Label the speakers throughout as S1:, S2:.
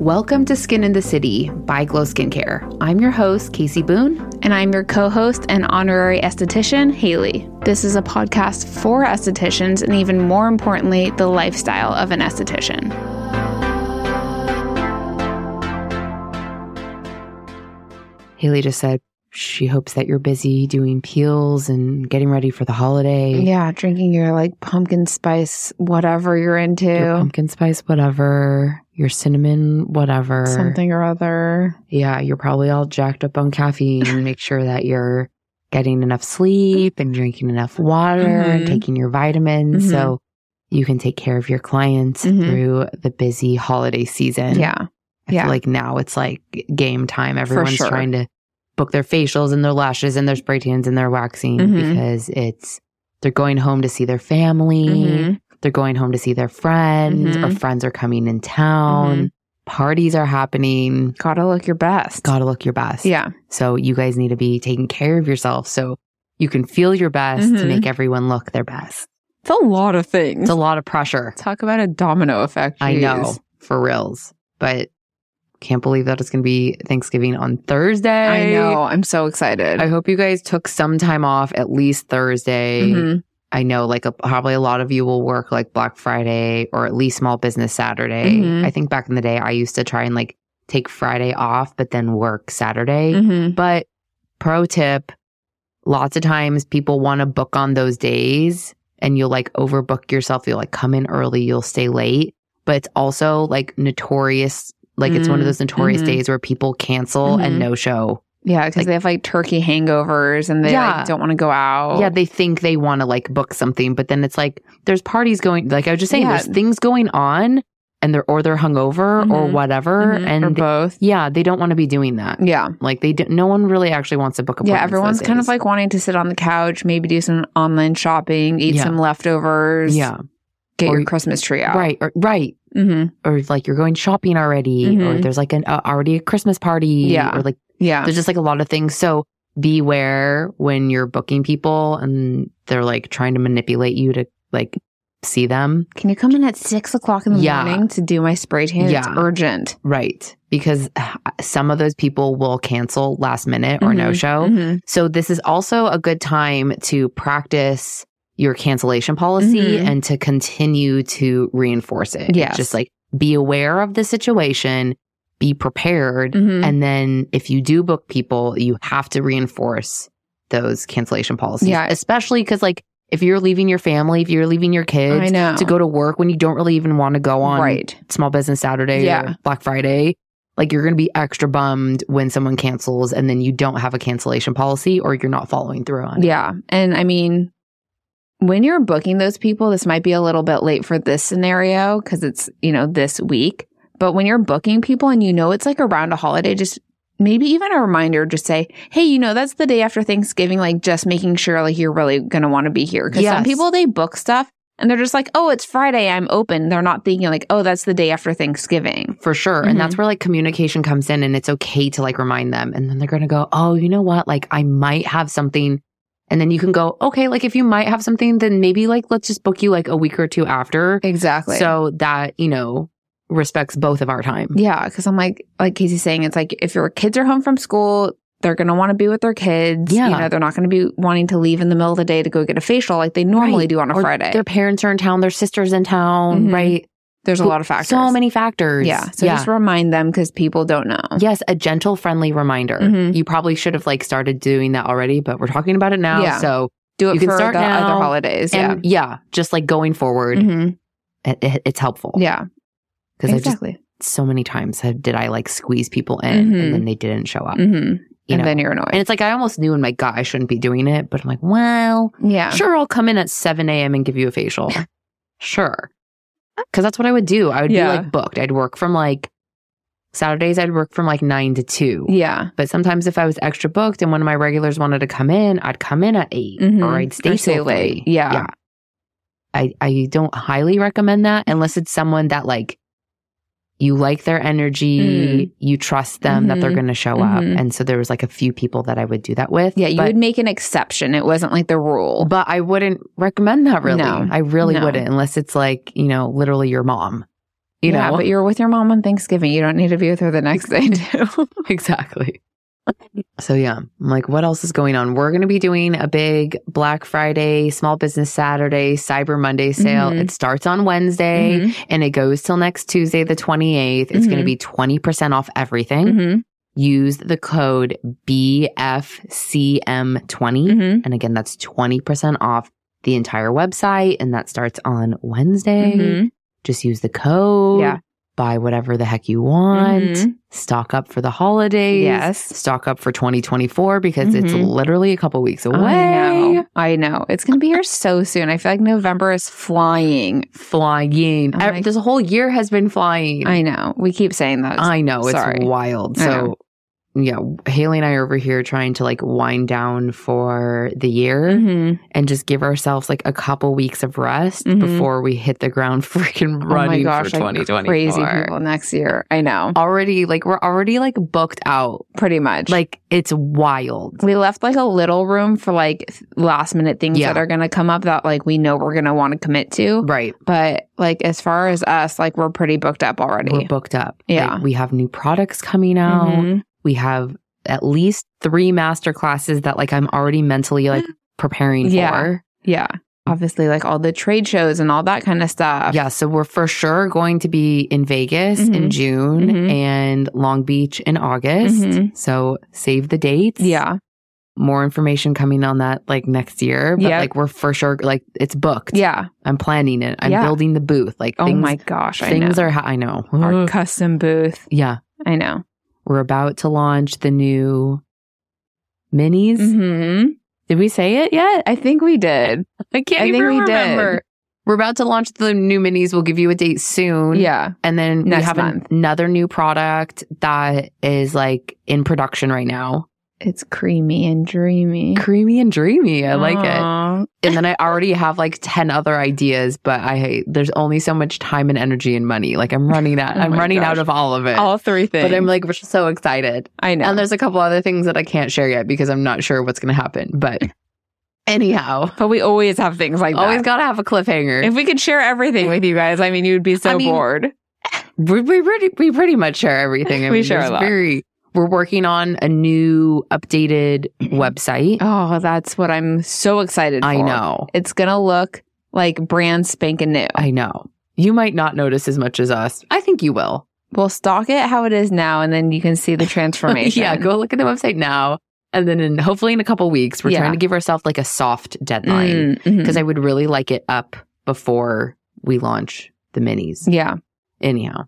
S1: Welcome to Skin in the City by Glow Skincare. I'm your host, Casey Boone.
S2: And I'm your co host and honorary esthetician, Haley. This is a podcast for estheticians and, even more importantly, the lifestyle of an esthetician.
S1: Haley just said she hopes that you're busy doing peels and getting ready for the holiday.
S2: Yeah, drinking your like pumpkin spice, whatever you're into,
S1: Your pumpkin spice, whatever. Your cinnamon, whatever.
S2: something or other.
S1: Yeah, you're probably all jacked up on caffeine. Make sure that you're getting enough sleep and drinking enough water and
S2: Mhm.
S1: taking your vitamins
S2: Mhm.
S1: so you can take care of your clients
S2: Mhm.
S1: through the busy holiday season.
S2: Yeah.
S1: I feel
S2: yeah.
S1: like now it's like game time. Everyone's
S2: sure.
S1: trying to book their facials and their lashes and their spray tans and their waxing
S2: Mhm.
S1: because it's they're going home to see their family.
S2: Mhm.
S1: They're going home to see their friends or
S2: Mhm.
S1: friends are coming in town.
S2: Mm-hmm.
S1: Parties are happening.
S2: Gotta look your best.
S1: Gotta look your best.
S2: Yeah.
S1: So you guys need to be taking care of yourself so you can feel your best to
S2: Mhm.
S1: make everyone look their best.
S2: It's a lot of things.
S1: It's a lot of pressure.
S2: Talk about a domino effect.
S1: I know
S2: Jeez.
S1: for reals, but can't believe that it's going to be Thanksgiving on Thursday.
S2: I know. I'm so excited.
S1: I hope you guys took some time off at least Thursday.
S2: Mhm.
S1: I know like a, probably a lot of you will work like Black Friday or at least small business Saturday.
S2: Mhm.
S1: I think back in the day I used to try and like take Friday off but then work Saturday.
S2: Mhm.
S1: But pro tip, lots of times people want to book on those days and you'll like overbook yourself. You'll like come in early, you'll stay late. But it's also like notorious, like it's one of
S2: Mm,
S1: those notorious
S2: mhm.
S1: days where people cancel and
S2: Mhm.
S1: no show.
S2: Yeah, because
S1: Like-
S2: they have like turkey hangovers and they
S1: Yeah.
S2: like, don't want to go out.
S1: Yeah, they think they want to like book something, but then it's like there's parties going, like I was just saying,
S2: Yeah.
S1: there's things going on and they're, or they're hungover or
S2: Mhm.
S1: whatever.
S2: Mhm. or
S1: And
S2: both.
S1: yeah, they don't want to be doing that.
S2: Yeah.
S1: Like they, do, no one really actually wants to book a
S2: Yeah, everyone's kind of like wanting to sit on the couch, maybe do some online shopping, eat
S1: Yeah.
S2: some leftovers,
S1: yeah,
S2: get
S1: Or-
S2: your Christmas tree out.
S1: right, or, right.
S2: hmm
S1: or like you're going shopping already or
S2: Mhm.
S1: there's like an uh, already a christmas party
S2: Yeah.
S1: or like
S2: Yeah.
S1: there's just like a lot of things so beware when you're booking people and they're like trying to manipulate you to like see them
S2: Can you come in at six o'clock in the
S1: Yeah.
S2: morning to do my spray tan? It's
S1: Yeah.
S2: urgent.
S1: right because uh, some of those people will cancel last minute or no
S2: Mhm.
S1: show
S2: Mhm.
S1: so this is also a good time to practice your cancellation policy
S2: Mhm.
S1: and to continue to reinforce it Yeah,
S2: Yes.
S1: just like be aware of the situation be prepared
S2: Mhm.
S1: And then if you do book people, you have to reinforce those cancellation policies.
S2: Yeah.
S1: Especially because, like, if you're leaving your family, if you're leaving your
S2: I
S1: kids
S2: know.
S1: to go to work when you don't really even want to go on
S2: Right.
S1: Small Business Saturday
S2: Yeah.
S1: or Black Friday, like, you're going to be extra bummed when someone cancels and then you don't have a cancellation policy or you're not following through on it.
S2: Yeah. And I mean, when you're booking those people, this might be a little bit late for this scenario because it's, you know, this week. But when you're booking people and you know it's like around a holiday, just maybe even a reminder, just say, hey, you know, that's the day after Thanksgiving, like just making sure like you're really going to want to be here. Because some
S1: Yes.
S2: people, they book stuff and they're just like, oh, it's Friday, I'm open. They're not thinking like, oh, that's the day after Thanksgiving.
S1: For sure.
S2: Mhm.
S1: And that's where like communication comes in and it's okay to like remind them. And then they're going to go, oh, you know what? Like I might have something. And then you can go, okay, like if you might have something, then maybe like let's just book you like a week or two after.
S2: Exactly.
S1: So that, you know, respects both of our time.
S2: Yeah, because I'm like, like Casey's saying, it's like if your kids are home from school, they're gonna want to be with their kids.
S1: Yeah.
S2: you know, they're not gonna be wanting to leave in the middle of the day to go get a facial like they normally
S1: Right.
S2: do on a
S1: Or
S2: Friday.
S1: Their parents are in town, their sister's in town,
S2: Mhm.
S1: right?
S2: There's a lot of factors.
S1: So many factors.
S2: Yeah, so
S1: yeah.
S2: just remind them because people don't know.
S1: Yes, a gentle, friendly reminder.
S2: Mhm.
S1: You probably should have like started doing that already, but we're talking about it now.
S2: Yeah.
S1: So,
S2: do it
S1: you can
S2: for
S1: start
S2: the
S1: now
S2: other holidays.
S1: and yeah, Mm-hmm. just like going
S2: yeah,
S1: forward,
S2: Mhm.
S1: it, it- it's helpful.
S2: yeah,
S1: Because I just
S2: exactly.
S1: so many times have, did I like squeeze people in
S2: Mhm.
S1: and then they didn't show up.
S2: hmm
S1: You
S2: and
S1: know?
S2: then you're annoyed.
S1: and it's like I almost knew in my gut I shouldn't be doing it, but I'm like, well,
S2: yeah,
S1: sure, I'll come in at 7 a.m. and give you a facial. sure. Because that's what I would do. I would
S2: Yeah.
S1: be like booked. I'd work from like Saturdays, I'd work from like 9 to 2.
S2: yeah,
S1: But sometimes if I was extra booked and one of my regulars wanted to come in, I'd come in at 8
S2: Mhm.
S1: or I'd stay
S2: Or stay
S1: till
S2: late.
S1: three.
S2: Yeah.
S1: I, I don't highly recommend that unless it's someone that like you like their energy,
S2: Mm.
S1: you trust them that they're
S2: Mhm.
S1: going to show up.
S2: Mhm.
S1: And so there was like a few people that I would do that with.
S2: yeah. You
S1: but,
S2: would make an exception. It wasn't like the rule.
S1: but I wouldn't recommend that really.
S2: No.
S1: I really
S2: No.
S1: wouldn't unless it's like, you know, literally your mom. You
S2: yeah,
S1: know,
S2: but you're with your mom on Thanksgiving. You don't need to be with her the next day, too.
S1: exactly. So yeah, I'm like, what else is going on? We're going to be doing a big Black Friday, Small Business Saturday, Cyber Monday sale.
S2: Mhm.
S1: It starts on Wednesday
S2: Mm-hmm.
S1: and it goes till next Tuesday, the 28th. It's going
S2: Mhm.
S1: to be 20% off everything.
S2: Mhm.
S1: Use the code BFCM20.
S2: Mhm.
S1: And again, that's 20% off the entire website. And that starts on Wednesday.
S2: Mhm.
S1: Just use the code.
S2: Yeah.
S1: Buy whatever the heck you want.
S2: Mhm.
S1: Stock up for the holidays.
S2: Yes.
S1: Stock up for 2024 because it's
S2: Mhm.
S1: literally a couple weeks away.
S2: I know. I know. It's going to be here so soon. I feel like November is flying.
S1: Flying.
S2: Oh my-
S1: Ev- this whole year has been flying.
S2: I know. We keep saying those.
S1: I know it's
S2: Sorry.
S1: wild.
S2: I
S1: So yeah, Haley and I are over here trying to like wind down for the year
S2: Mhm.
S1: and just give ourselves like a couple weeks of rest
S2: Mhm.
S1: before we hit the ground freaking running
S2: oh my gosh,
S1: for
S2: like
S1: 2024.
S2: crazy people next year. I know.
S1: Already like we're already like booked out.
S2: Pretty much.
S1: Like it's wild.
S2: we left like a little room for like last minute things
S1: Yeah.
S2: that are going to come up that like we know we're going to want to commit to.
S1: Right.
S2: But like as far as us, like we're pretty booked up
S1: We're
S2: already.
S1: booked up.
S2: Yeah.
S1: Like, we have new products coming out.
S2: Mhm.
S1: We have at least three master classes that like I'm already mentally like preparing
S2: Mm. Yeah.
S1: for.
S2: Yeah. Obviously, like all the trade shows and all that kind of stuff.
S1: Yeah, so we're for sure going to be in Vegas in
S2: Mhm.
S1: June
S2: Mhm.
S1: and Long Beach in August.
S2: Mhm.
S1: So save the dates.
S2: Yeah.
S1: More information coming on that like next year. But
S2: Yeah.
S1: like we're for sure like it's booked.
S2: Yeah.
S1: I'm planning it. I'm
S2: Yeah.
S1: building the booth. Like
S2: Oh
S1: things,
S2: my gosh. I know.
S1: things are ha- I know.
S2: our
S1: Ugh.
S2: custom booth.
S1: yeah.
S2: I know.
S1: We're about to launch the new minis.
S2: hmm
S1: Did we say it yet?
S2: I think we did.
S1: Mm-hmm. I can't
S2: I
S1: even
S2: think we did.
S1: remember. We're about to launch the new minis. We'll give you a date soon.
S2: Yeah.
S1: And then
S2: Next
S1: we have an-
S2: month.
S1: another new product that is like in production right now.
S2: It's creamy and dreamy.
S1: Creamy and dreamy. I like it.
S2: Aw.
S1: And then I already have like 10 other ideas, but I there's only so much time and energy and money. Like I'm running out.
S2: Oh
S1: I'm
S2: my
S1: running
S2: gosh.
S1: out of all of it.
S2: All three things.
S1: but I'm like so excited.
S2: I know.
S1: And there's a couple other things that I can't share yet because I'm not sure what's going to happen. But anyhow,
S2: but we always have things like
S1: always
S2: that.
S1: got to have a cliffhanger.
S2: If we could share everything with you guys, I mean, you would be so
S1: I mean,
S2: bored.
S1: we, we pretty we pretty much share everything. I
S2: We
S1: mean,
S2: share a
S1: there's
S2: lot.
S1: Very, we're working on a new updated website.
S2: Oh, that's what I'm so excited for.
S1: I know,
S2: It's going to look like brand spanking new.
S1: I know. You might not notice as much as us. I think you will.
S2: We'll stock it how it is now, and then you can see the transformation.
S1: yeah, go look at the website now, and then in, hopefully in a couple weeks, we're
S2: Yeah.
S1: trying to give ourselves like a soft deadline
S2: Mm, mhm.
S1: because I would really like it up before we launch the minis.
S2: Yeah.
S1: Anyhow,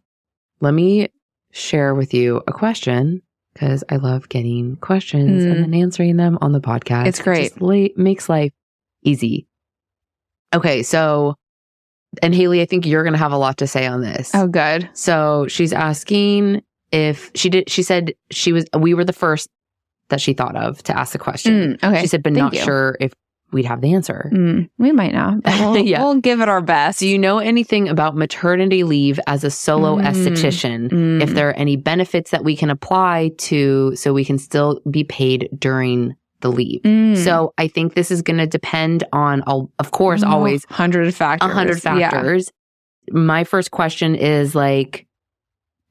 S1: let me share with you a question because I love getting questions
S2: Mm.
S1: and then answering them on the podcast.
S2: It's great.
S1: It just la- makes life easy. Okay, so, and Haley, I think you're going to have a lot to say on this.
S2: Oh, good.
S1: So she's asking if she did, she said she was, we were the first that she thought of to ask the question.
S2: Mm, okay.
S1: She said, but
S2: Thank
S1: not
S2: you.
S1: sure if we'd have the answer.
S2: Mm, we might not. But we'll,
S1: Yeah.
S2: we'll give it our best.
S1: Do you know anything about maternity leave as a solo
S2: Mm.
S1: esthetician?
S2: Mm.
S1: if there are any benefits that we can apply to so we can still be paid during the leave.
S2: Mm.
S1: So I think this is going to depend on, al- of course,
S2: Oh,
S1: always
S2: 100 factors.
S1: a hundred
S2: Yeah.
S1: factors. My first question is like,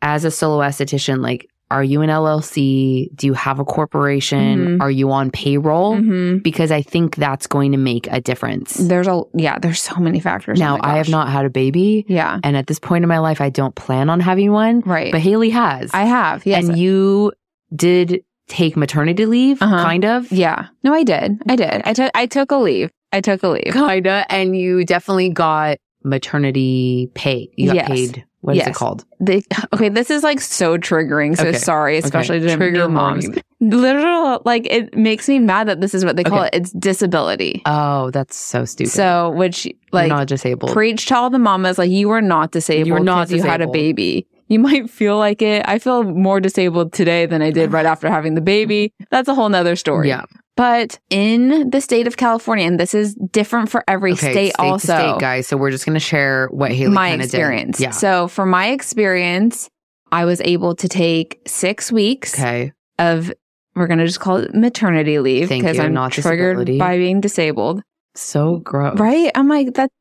S1: as a solo esthetician, like, are you an LLC? Do you have a corporation?
S2: Mhm.
S1: Are you on payroll?
S2: Mhm.
S1: Because I think that's going to make a difference.
S2: There's a, yeah, there's so many factors. Oh
S1: Now,
S2: my
S1: I have
S2: gosh.
S1: not had a baby.
S2: Yeah.
S1: And at this point in my life, I don't plan on having one,
S2: Right.
S1: but Haley has.
S2: I have. Yes.
S1: and you did take maternity leave,
S2: Uh-huh.
S1: kind of.
S2: yeah. No, I did. I did. I took, I took a leave. I took a leave.
S1: Kinda. And you definitely got maternity pay. You got
S2: Yes.
S1: paid. What is it
S2: Yes.
S1: called?
S2: They, okay. This is like so triggering. So
S1: Okay.
S2: sorry, especially
S1: Okay.
S2: to new moms.
S1: warning.
S2: Literal, like it makes me mad that this is what they call
S1: Okay.
S2: it. It's disability.
S1: Oh, that's so stupid.
S2: So, which
S1: You're
S2: like
S1: not disabled.
S2: preach to all the mamas like you are not disabled
S1: You are not
S2: 'cause you had a
S1: disabled.
S2: baby you might feel like it i feel more disabled today than i did right after having the baby that's a whole nother story
S1: Yeah.
S2: but in the state of california and this is different for every
S1: Okay.
S2: state,
S1: to
S2: also
S1: state, guys. So we're just gonna share what Haley
S2: my
S1: kinda
S2: experience
S1: Did. Yeah.
S2: so for my experience i was able to take six weeks
S1: okay.
S2: of we're going to just call it maternity leave
S1: Thank
S2: because
S1: you,
S2: i'm
S1: not
S2: triggered
S1: disability. Oh.
S2: by being disabled
S1: So gross.
S2: right i'm like that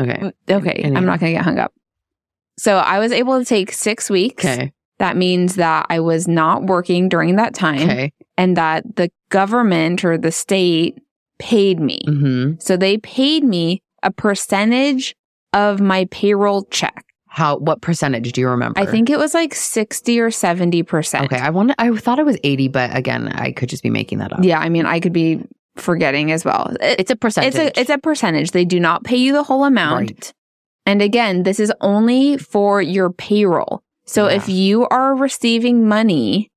S1: Okay.
S2: Mm, okay
S1: Anyway.
S2: i'm not going to get hung up So I was able to take six weeks.
S1: Okay.
S2: That means that I was not working during that time
S1: Okay.
S2: and that the government or the state paid me.
S1: Mm-hmm.
S2: So they paid me a percentage of my payroll check.
S1: How? What percentage do you remember?
S2: I think it was like 60 or 70%.
S1: Okay. I want. I thought it was eighty, but again, I could just be making that up.
S2: Yeah, I mean, I could be forgetting as well. It-
S1: It's a percentage.
S2: it's a it's a percentage. They do not pay you the whole amount.
S1: Right.
S2: And again, this is only for your payroll. So
S1: Yeah.
S2: if you are receiving money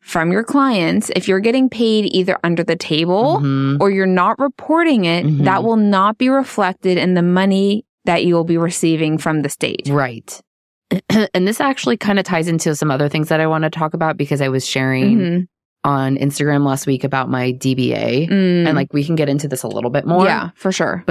S2: from your clients, if you're getting paid either under the table
S1: Mhm.
S2: or you're not reporting it,
S1: Mhm.
S2: that will not be reflected in the money that you will be receiving from the state.
S1: Right. and this actually kind of ties into some other things that I want to talk about because I was sharing
S2: Mhm.
S1: on Instagram last week about my DBA.
S2: Mm.
S1: And like we can get into this a little bit more.
S2: yeah, for sure.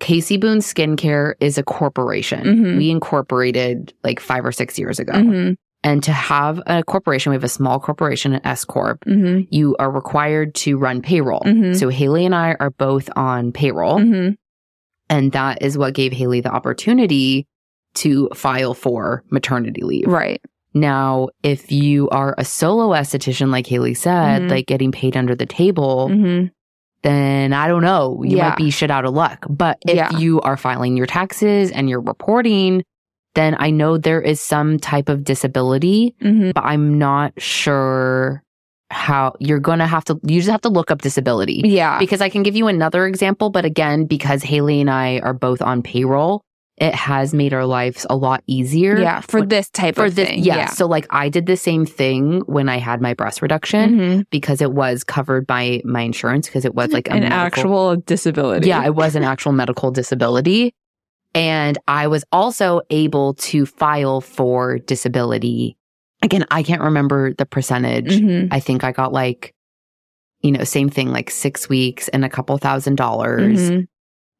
S1: Casey Boone Skincare is a corporation.
S2: Mhm.
S1: We incorporated like five or six years ago.
S2: Mhm.
S1: And to have a corporation, we have a small corporation, an S Corp,
S2: Mhm.
S1: you are required to run payroll.
S2: Mhm.
S1: So Haley and I are both on payroll.
S2: Mhm.
S1: And that is what gave Haley the opportunity to file for maternity leave.
S2: Right.
S1: Now, if you are a solo esthetician, like Haley said,
S2: Mhm.
S1: like getting paid under the table,
S2: Mhm.
S1: then I don't know. You
S2: Yeah.
S1: might be shit out of luck. But if
S2: Yeah.
S1: you are filing your taxes and you're reporting, then I know there is some type of disability,
S2: Mhm.
S1: but I'm not sure how you're going to have to, you just have to look up disability.
S2: Yeah.
S1: Because I can give you another example, but again, because Haley and I are both on payroll, it has made our lives a lot easier
S2: yeah, for this type
S1: for
S2: of
S1: this
S2: thing.
S1: yeah. so like i did the same thing when i had my breast reduction
S2: Mhm.
S1: because it was covered by my insurance because it was like a
S2: an
S1: medical-
S2: actual disability.
S1: yeah it was an actual medical disability and i was also able to file for disability again i can't remember the percentage
S2: Mhm.
S1: i think i got like you know same thing like six weeks and a couple thousand dollars
S2: Mhm.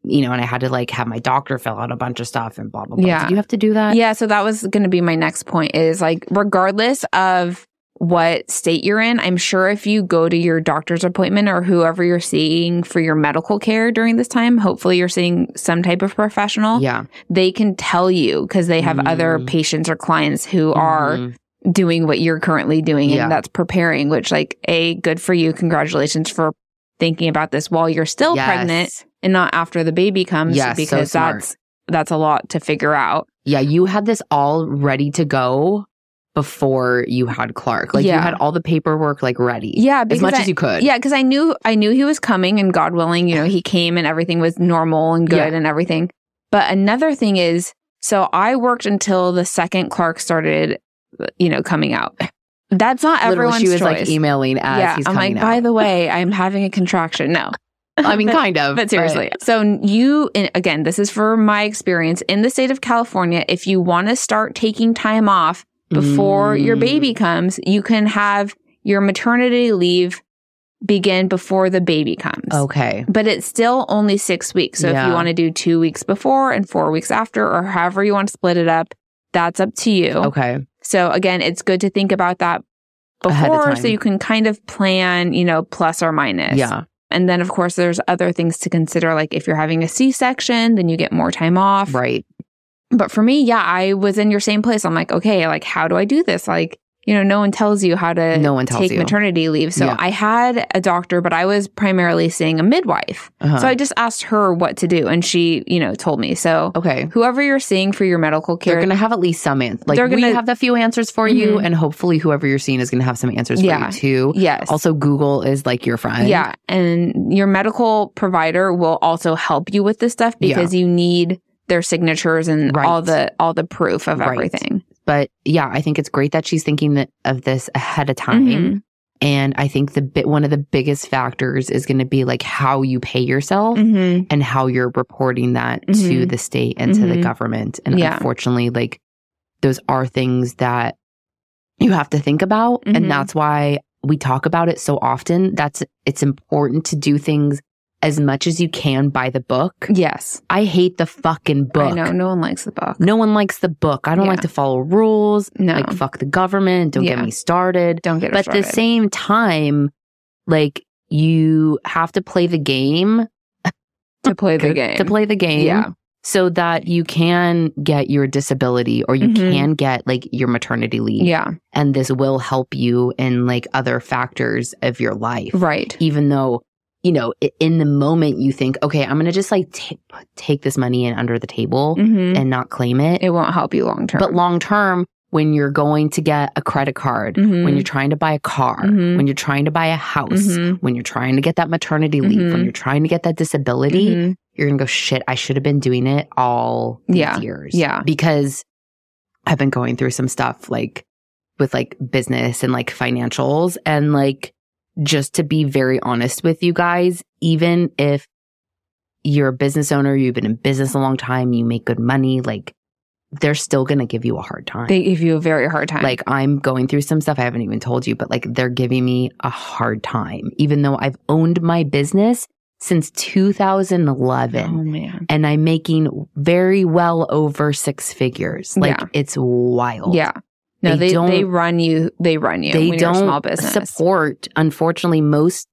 S1: you know and i had to like have my doctor fill out a bunch of stuff and blah blah blah
S2: Yeah.
S1: did you have to do that
S2: Yeah, so that was going to be my next point is like regardless of what state you're in, I'm sure if you go to your doctor's appointment or whoever you're seeing for your medical care during this time, hopefully you're seeing some type of professional,
S1: yeah
S2: they can tell you because they have other
S1: Mm.
S2: patients or clients who are
S1: Mhm.
S2: doing what you're currently doing
S1: Yeah.
S2: and that's preparing, which like a good for you. Congratulations for thinking about this while you're still
S1: Yes.
S2: pregnant and not after the baby comes
S1: Yes, so
S2: because
S1: smart.
S2: that's that's a lot to figure out.
S1: Yeah, you had this all ready to go before you had Clark. Like you
S2: Yeah.
S1: had all the paperwork like ready.
S2: Yeah,
S1: As
S2: because
S1: much
S2: I,
S1: as you could.
S2: yeah, because I knew I knew he was coming and God willing, you know, he came and everything was normal and good
S1: Yeah.
S2: and everything. But another thing is, so I worked until the second Clark started, you know, coming out. That's not
S1: Literally,
S2: everyone's
S1: she was like
S2: choice.
S1: emailing as
S2: yeah,
S1: he's
S2: I'm
S1: coming
S2: like, by the way, I'm having a contraction. No,
S1: out. I mean, kind of.
S2: but seriously. So you, and again, this is for my experience in the state of California. If you want to start taking time off before your
S1: Mm,
S2: baby comes, you can have your maternity leave begin before the baby comes.
S1: Okay.
S2: But it's still only six weeks. So if
S1: Oh. Yeah.
S2: you want to do two weeks before and four weeks after, or however you want to split it up, that's up to you.
S1: Okay.
S2: So again, it's good to think about that
S1: Ahead of
S2: before so
S1: time.
S2: you can kind of plan, you know, plus or minus.
S1: Yeah.
S2: And then, of course, there's other things to consider. Like if you're having a C section, then you get more time off.
S1: Right.
S2: But for me, yeah, I was in your same place. I'm like, okay, like, how do I do this? Like, you know, no one tells you how to
S1: No one tells
S2: take
S1: you.
S2: maternity leave. So
S1: Yeah.
S2: I had a doctor, but I was primarily seeing a midwife.
S1: Uh-huh.
S2: So I just asked her what to do. And she, you know, told me. So
S1: okay.
S2: whoever you're seeing for your medical
S1: They're
S2: care,
S1: going to have at least some answers. Like
S2: They're
S1: we
S2: gonna- Mm-hmm.
S1: have a few answers for you, and hopefully whoever you're seeing is going to have some answers
S2: Yeah.
S1: for you too.
S2: yes.
S1: Also, Google is like your friend.
S2: Yeah. And your medical provider will also help you with this stuff
S1: Yeah.
S2: because you need their signatures and
S1: Right.
S2: all the all the proof of
S1: Right.
S2: everything.
S1: But yeah, I think it's great that she's thinking that, of this ahead of time.
S2: Mhm.
S1: And I think the bit one of the biggest factors is going to be like how you pay yourself
S2: Mhm.
S1: and how you're reporting that to
S2: Mhm.
S1: the state and to the
S2: Mhm.
S1: government. And
S2: Yeah.
S1: unfortunately, like those are things that you have to think about.
S2: Mhm.
S1: And that's why we talk about it so often. That's it's important to do things as much as you can by the book.
S2: Yes.
S1: I hate the fucking book.
S2: I know no one likes the book.
S1: No one likes the book. I don't
S2: Yeah.
S1: like to follow rules.
S2: No.
S1: Like fuck the government. Don't
S2: Yeah.
S1: get me started
S2: don't get
S1: but
S2: us
S1: at the
S2: started.
S1: same time like you have to play the game
S2: to play the game.
S1: to play the game
S2: Yeah.
S1: so that you can get your disability or you
S2: Mhm.
S1: can get like your maternity leave.
S2: Yeah.
S1: And this will help you in like other factors of your life.
S2: Right.
S1: Even though, you know, i- in the moment you think, okay, I'm going to just like t- put- take this money in under the table
S2: Mm-hmm.
S1: and not claim it.
S2: It won't help you long term.
S1: But long term, when you're going to get a credit card,
S2: Mm-hmm.
S1: when you're trying to buy a car,
S2: Mhm.
S1: when you're trying to buy a house,
S2: Mhm.
S1: when you're trying to get that maternity leave,
S2: Mhm.
S1: when you're trying to get that disability,
S2: Mhm.
S1: you're gonna go, shit, I should have been doing it all these
S2: Yeah.
S1: years.
S2: Yeah.
S1: Because I've been going through some stuff like with like business and like financials and like just to be very honest with you guys, even if you're a business owner, you've been in business a long time, you make good money, like they're still gonna give you a hard time.
S2: They give you a very hard time.
S1: Like I'm going through some stuff I haven't even told you, but like they're giving me a hard time, even though I've owned my business since 2011
S2: oh man.
S1: and I'm making very well over six figures. Like
S2: Yeah.
S1: it's wild.
S2: Yeah. No,
S1: They
S2: they they,
S1: don't-
S2: run you. They run you.
S1: They
S2: when
S1: don't
S2: you're a small business.
S1: support, unfortunately, most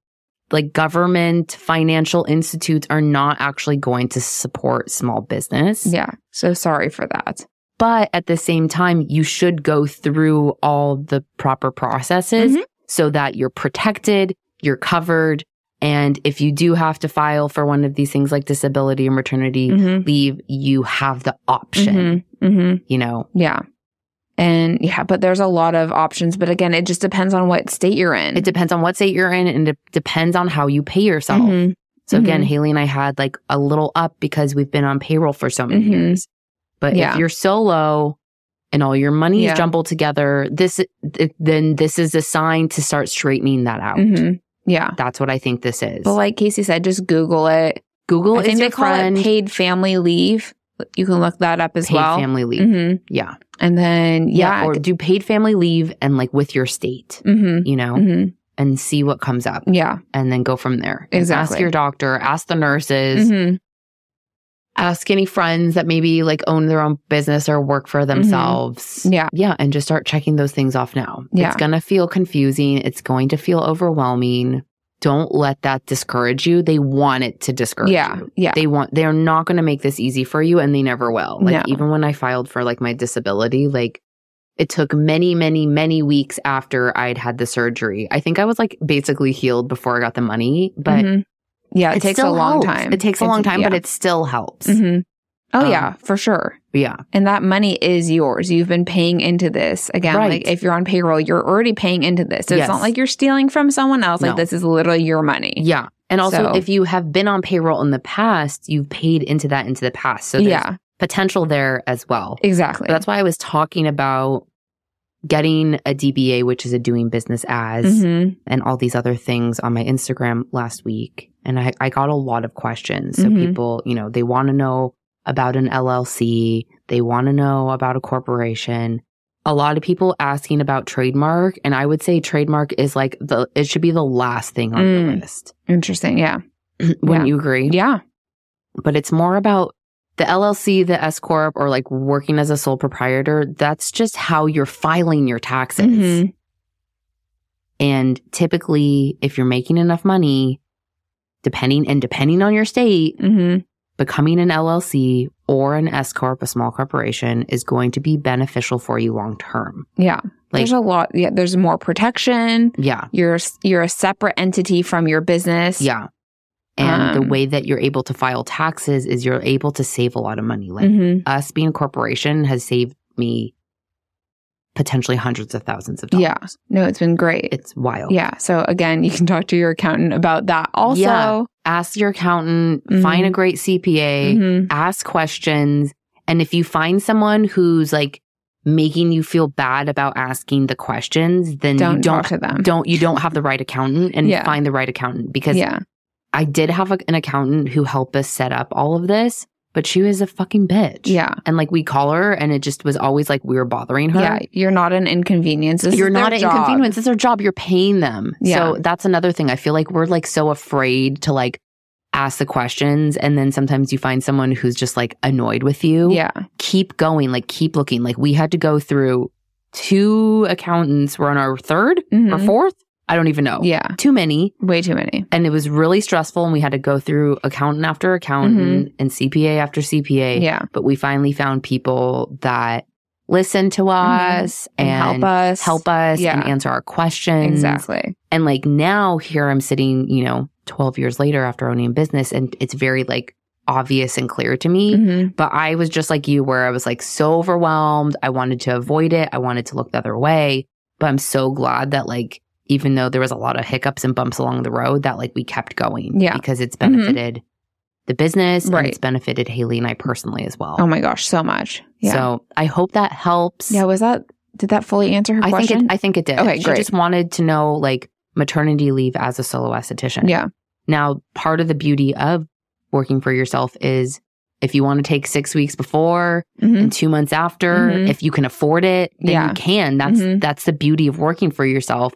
S1: like government financial institutes are not actually going to support small business.
S2: Yeah. So sorry for that.
S1: But at the same time, you should go through all the proper processes
S2: Mhm.
S1: so that you're protected, you're covered. And if you do have to file for one of these things like disability or maternity
S2: Mhm.
S1: leave, you have the option,
S2: Mhm. Mhm.
S1: you know?
S2: Yeah. And yeah, but there's a lot of options. But again, it just depends on what state you're in.
S1: It depends on what state you're in and it depends on how you pay yourself.
S2: Mhm.
S1: So again,
S2: Mhm.
S1: Haley and I had like a little up because we've been on payroll for so many
S2: Mhm.
S1: years. But
S2: Yeah.
S1: if you're solo and all your money
S2: Yeah.
S1: is jumbled together, this it, then this is a sign to start straightening that out.
S2: Mhm. Yeah.
S1: That's what I think this is.
S2: But like Casey said, just Google it.
S1: Google
S2: I
S1: is
S2: think
S1: your
S2: they call
S1: friend.
S2: it paid family leave. You can look that up as
S1: paid
S2: well.
S1: family leave.
S2: Mhm.
S1: Yeah.
S2: And then yeah,
S1: Or do paid family leave and like with your state,
S2: hmm
S1: you know, and see what comes up
S2: yeah,
S1: and then go from there. And
S2: Exactly.
S1: Ask your doctor, ask the nurses,
S2: Mhm.
S1: ask any friends that maybe like own their own business or work
S2: Mm-hmm.
S1: for themselves.
S2: yeah,
S1: Yeah, and just start checking those things off now.
S2: Yeah.
S1: It's going to feel confusing. It's going to feel overwhelming. Don't let that discourage you. They want it to discourage
S2: yeah,
S1: you.
S2: yeah,
S1: They want they're not going to make this easy for you and they never will. Like
S2: No.
S1: even when I filed for like my disability, like it took many, many, many weeks after I'd had the surgery. I think I was like basically healed before I got the money, but
S2: Mhm. yeah, it, takes a
S1: still
S2: long
S1: helps.
S2: time.
S1: It takes a
S2: It's-
S1: long time,
S2: yeah.
S1: but it still helps.
S2: Mhm. oh
S1: Um,
S2: yeah, for sure.
S1: Yeah.
S2: And that money is yours. You've been paying into this again.
S1: Right.
S2: Like if you're on payroll, you're already paying into this. So
S1: Yes.
S2: it's not like you're stealing from someone else.
S1: No.
S2: Like this is literally your money.
S1: Yeah. And also,
S2: So-
S1: if you have been on payroll in the past, you've paid into that into the past. So there's
S2: yeah,
S1: potential there as well.
S2: exactly.
S1: But that's why I was talking about getting a DBA, which is a doing business as,
S2: Mhm.
S1: and all these other things on my Instagram last week. And I, I got a lot of questions. So
S2: Mhm.
S1: people, you know, they want to know about an LLC, they want to know about a corporation. A lot of people asking about trademark, and I would say trademark is like the it should be the last thing on your
S2: Mm.
S1: list.
S2: Interesting. Yeah,
S1: Wouldn't
S2: Yeah.
S1: you agree?
S2: yeah,
S1: but it's more about the LLC, the S corp, or like working as a sole proprietor. That's just how you're filing your taxes.
S2: Mhm.
S1: And typically, if you're making enough money, depending and depending on your state,
S2: Mhm.
S1: becoming an LLC or an S corp, a small corporation, is going to be beneficial for you long term.
S2: yeah.
S1: Like-
S2: there's a lot. Yeah, there's more protection.
S1: Yeah,
S2: you're you're a separate entity from your business.
S1: yeah. And the
S2: Um,
S1: way that you're able to file taxes is you're able to save a lot of money. Like
S2: hmm
S1: us being a uh, corporation has saved me potentially hundreds of thousands of dollars.
S2: Yeah. No, it's been great.
S1: It's wild.
S2: yeah. So again, you can talk to your accountant about that also.
S1: Yeah. Ask your accountant,
S2: Mhm.
S1: find a great CPA,
S2: Mhm.
S1: ask questions. And if you find someone who's like making you feel bad about asking the questions, then
S2: Don't,
S1: you don't
S2: talk to them.
S1: don't you don't have the right accountant and
S2: Yeah.
S1: find the right accountant because
S2: yeah.
S1: I did have a, an accountant who helped us set up all of this, but she was a fucking bitch.
S2: Yeah.
S1: And like we call her and it just was always like we were bothering her.
S2: Yeah. You're not an inconvenience. This
S1: you're
S2: is
S1: not
S2: their
S1: an
S2: job.
S1: inconvenience. It's their job. You're paying them.
S2: Yeah.
S1: So that's another thing. I feel like we're like so afraid to like ask the questions. And then sometimes you find someone who's just like annoyed with you.
S2: Yeah.
S1: Keep going. Like keep looking. Like we had to go through two accountants. We're on our 3rd
S2: Mhm.
S1: or fourth. I don't even know.
S2: Yeah.
S1: Too many.
S2: Way too many.
S1: And it was really stressful. And we had to go through accountant after accountant and CPA after CPA.
S2: Mm-hmm. Yeah.
S1: But we finally found people that listen to us and,
S2: Mm-hmm. help us.
S1: help us
S2: Yeah.
S1: and answer our questions.
S2: Exactly.
S1: And like now, here I'm sitting, you know, 12 years later after owning a business, and it's very like obvious and clear to me.
S2: Mhm.
S1: But I was just like you, where I was like so overwhelmed. I wanted to avoid it. I wanted to look the other way. But I'm so glad that, like, even though there was a lot of hiccups and bumps along the road, that like we kept going.
S2: Yeah.
S1: Because it's
S2: Mhm.
S1: benefited the business
S2: Right.
S1: and it's benefited Haley and I personally as well.
S2: Oh my gosh, so much. Yeah.
S1: So I hope that helps.
S2: yeah, was that did that fully answer her
S1: I think
S2: question?
S1: it, I think it did.
S2: Okay,
S1: she
S2: great.
S1: just wanted to know like maternity leave as a solo esthetician.
S2: yeah.
S1: Now, part of the beauty of working for yourself is if you want to take six weeks before
S2: Mhm.
S1: and two months after,
S2: Mhm.
S1: if you can afford it, then
S2: Yeah.
S1: you can. That's
S2: Mhm.
S1: that's the beauty of working for yourself.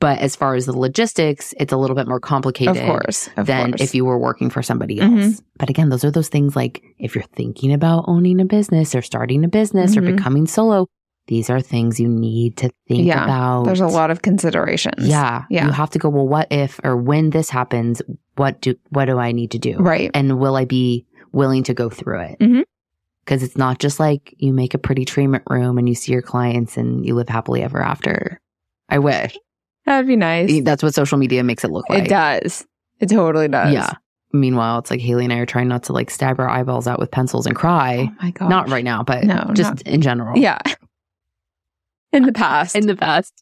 S1: But as far as the logistics, it's a little bit more complicated
S2: Of course. Of
S1: than
S2: course.
S1: if you were working for somebody else.
S2: Mhm.
S1: But again, those are those things like if you're thinking about owning a business or starting a business
S2: Mhm.
S1: or becoming solo, these are things you need to think
S2: Yeah,
S1: about.
S2: There's a lot of considerations.
S1: Oh, Yeah.
S2: Yeah.
S1: You have to go, well, what if or when this happens, what do what do I need to do?
S2: Right.
S1: And will I be willing to go through it?
S2: Mhm.
S1: Cause it's not just like you make a pretty treatment room and you see your clients and you live happily ever after. I wish.
S2: That'd be nice.
S1: That's what social media makes it look like.
S2: It does. It totally does.
S1: Yeah. Meanwhile, it's like Haley and I are trying not to like stab our eyeballs out with pencils and
S2: Oh
S1: cry.
S2: my god.
S1: Not right now, but
S2: No,
S1: just
S2: not-
S1: in general.
S2: Yeah. In the past.
S1: In the past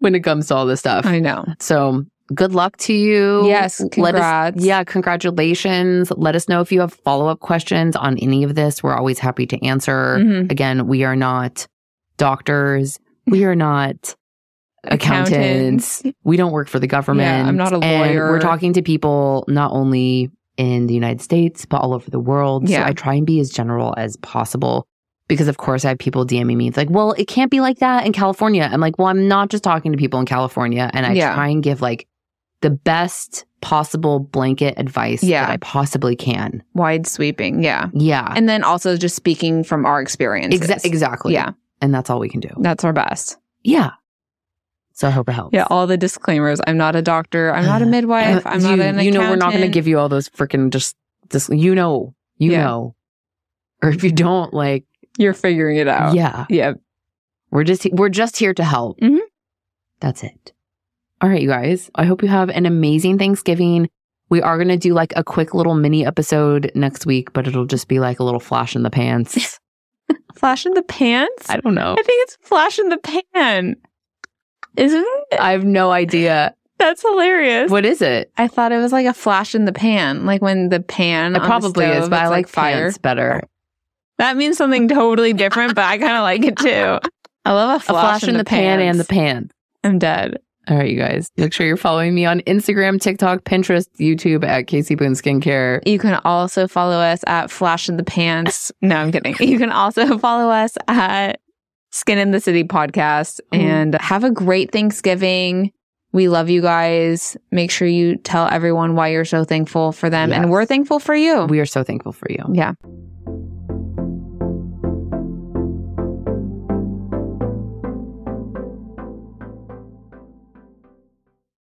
S1: when it comes to all this stuff.
S2: I know.
S1: So good luck to you.
S2: Yes.
S1: Let us,
S2: Congrats.
S1: yeah, congratulations. Let us know if you have follow up questions on any of this. We're always happy to answer.
S2: Mhm.
S1: Again, we are not doctors. We are not accountants. We don't work for the government.
S2: Yeah, I'm not a
S1: And
S2: lawyer.
S1: we're talking to people not only in the United States, but all over the world.
S2: Yeah.
S1: So I try and be as general as possible because, of course, I have people DMing me. It's like, well, it can't be like that in California. I'm like, well, I'm not just talking to people in California. And I
S2: Yeah.
S1: try and give like the best possible blanket advice
S2: Yeah.
S1: that I possibly can.
S2: Wide sweeping. Yeah.
S1: Yeah.
S2: And then also just speaking from our experiences.
S1: Exa- exactly.
S2: Yeah.
S1: And that's all we can do.
S2: That's our best.
S1: Yeah. So I hope it helps.
S2: Yeah. All the disclaimers. I'm not a doctor. I'm not a
S1: Uh,
S2: midwife. I'm
S1: you,
S2: not an
S1: you know we're not going to
S2: accountant.
S1: give you all those freaking just this you know you
S2: Yeah.
S1: know or if you don't like
S2: You're figuring it out.
S1: yeah
S2: Yeah.
S1: we're just we're just here to help
S2: Mhm.
S1: that's it all right you guys i hope you have an amazing thanksgiving we are going to do like a quick little mini episode next week but it'll just be like a little flash in the pants
S2: Flash in the pants.
S1: i don't know
S2: I think it's flash in the pan. Isn't it?
S1: i have no idea
S2: That's hilarious.
S1: what is it
S2: I thought it was like a flash in the pan, like when the pan.
S1: it
S2: on the
S1: probably is
S2: stove,
S1: but i
S2: it's
S1: like pants better
S2: That means something totally different, but I kind of like it too. I love a
S1: a
S2: flash,
S1: flash in the pan and the pants
S2: I'm dead.
S1: All right, you guys. Make sure you're following me on Instagram, TikTok, Pinterest, YouTube at Casey Boone Skincare.
S2: You can also follow us at Flash in the Pants. No, I'm kidding. You can also follow us at Skin in the City podcast
S1: Mhm.
S2: and have a great Thanksgiving. We love you guys. Make sure you tell everyone why you're so thankful for them. And
S1: Yes.
S2: we're thankful for you.
S1: We are so thankful for you.
S2: yeah.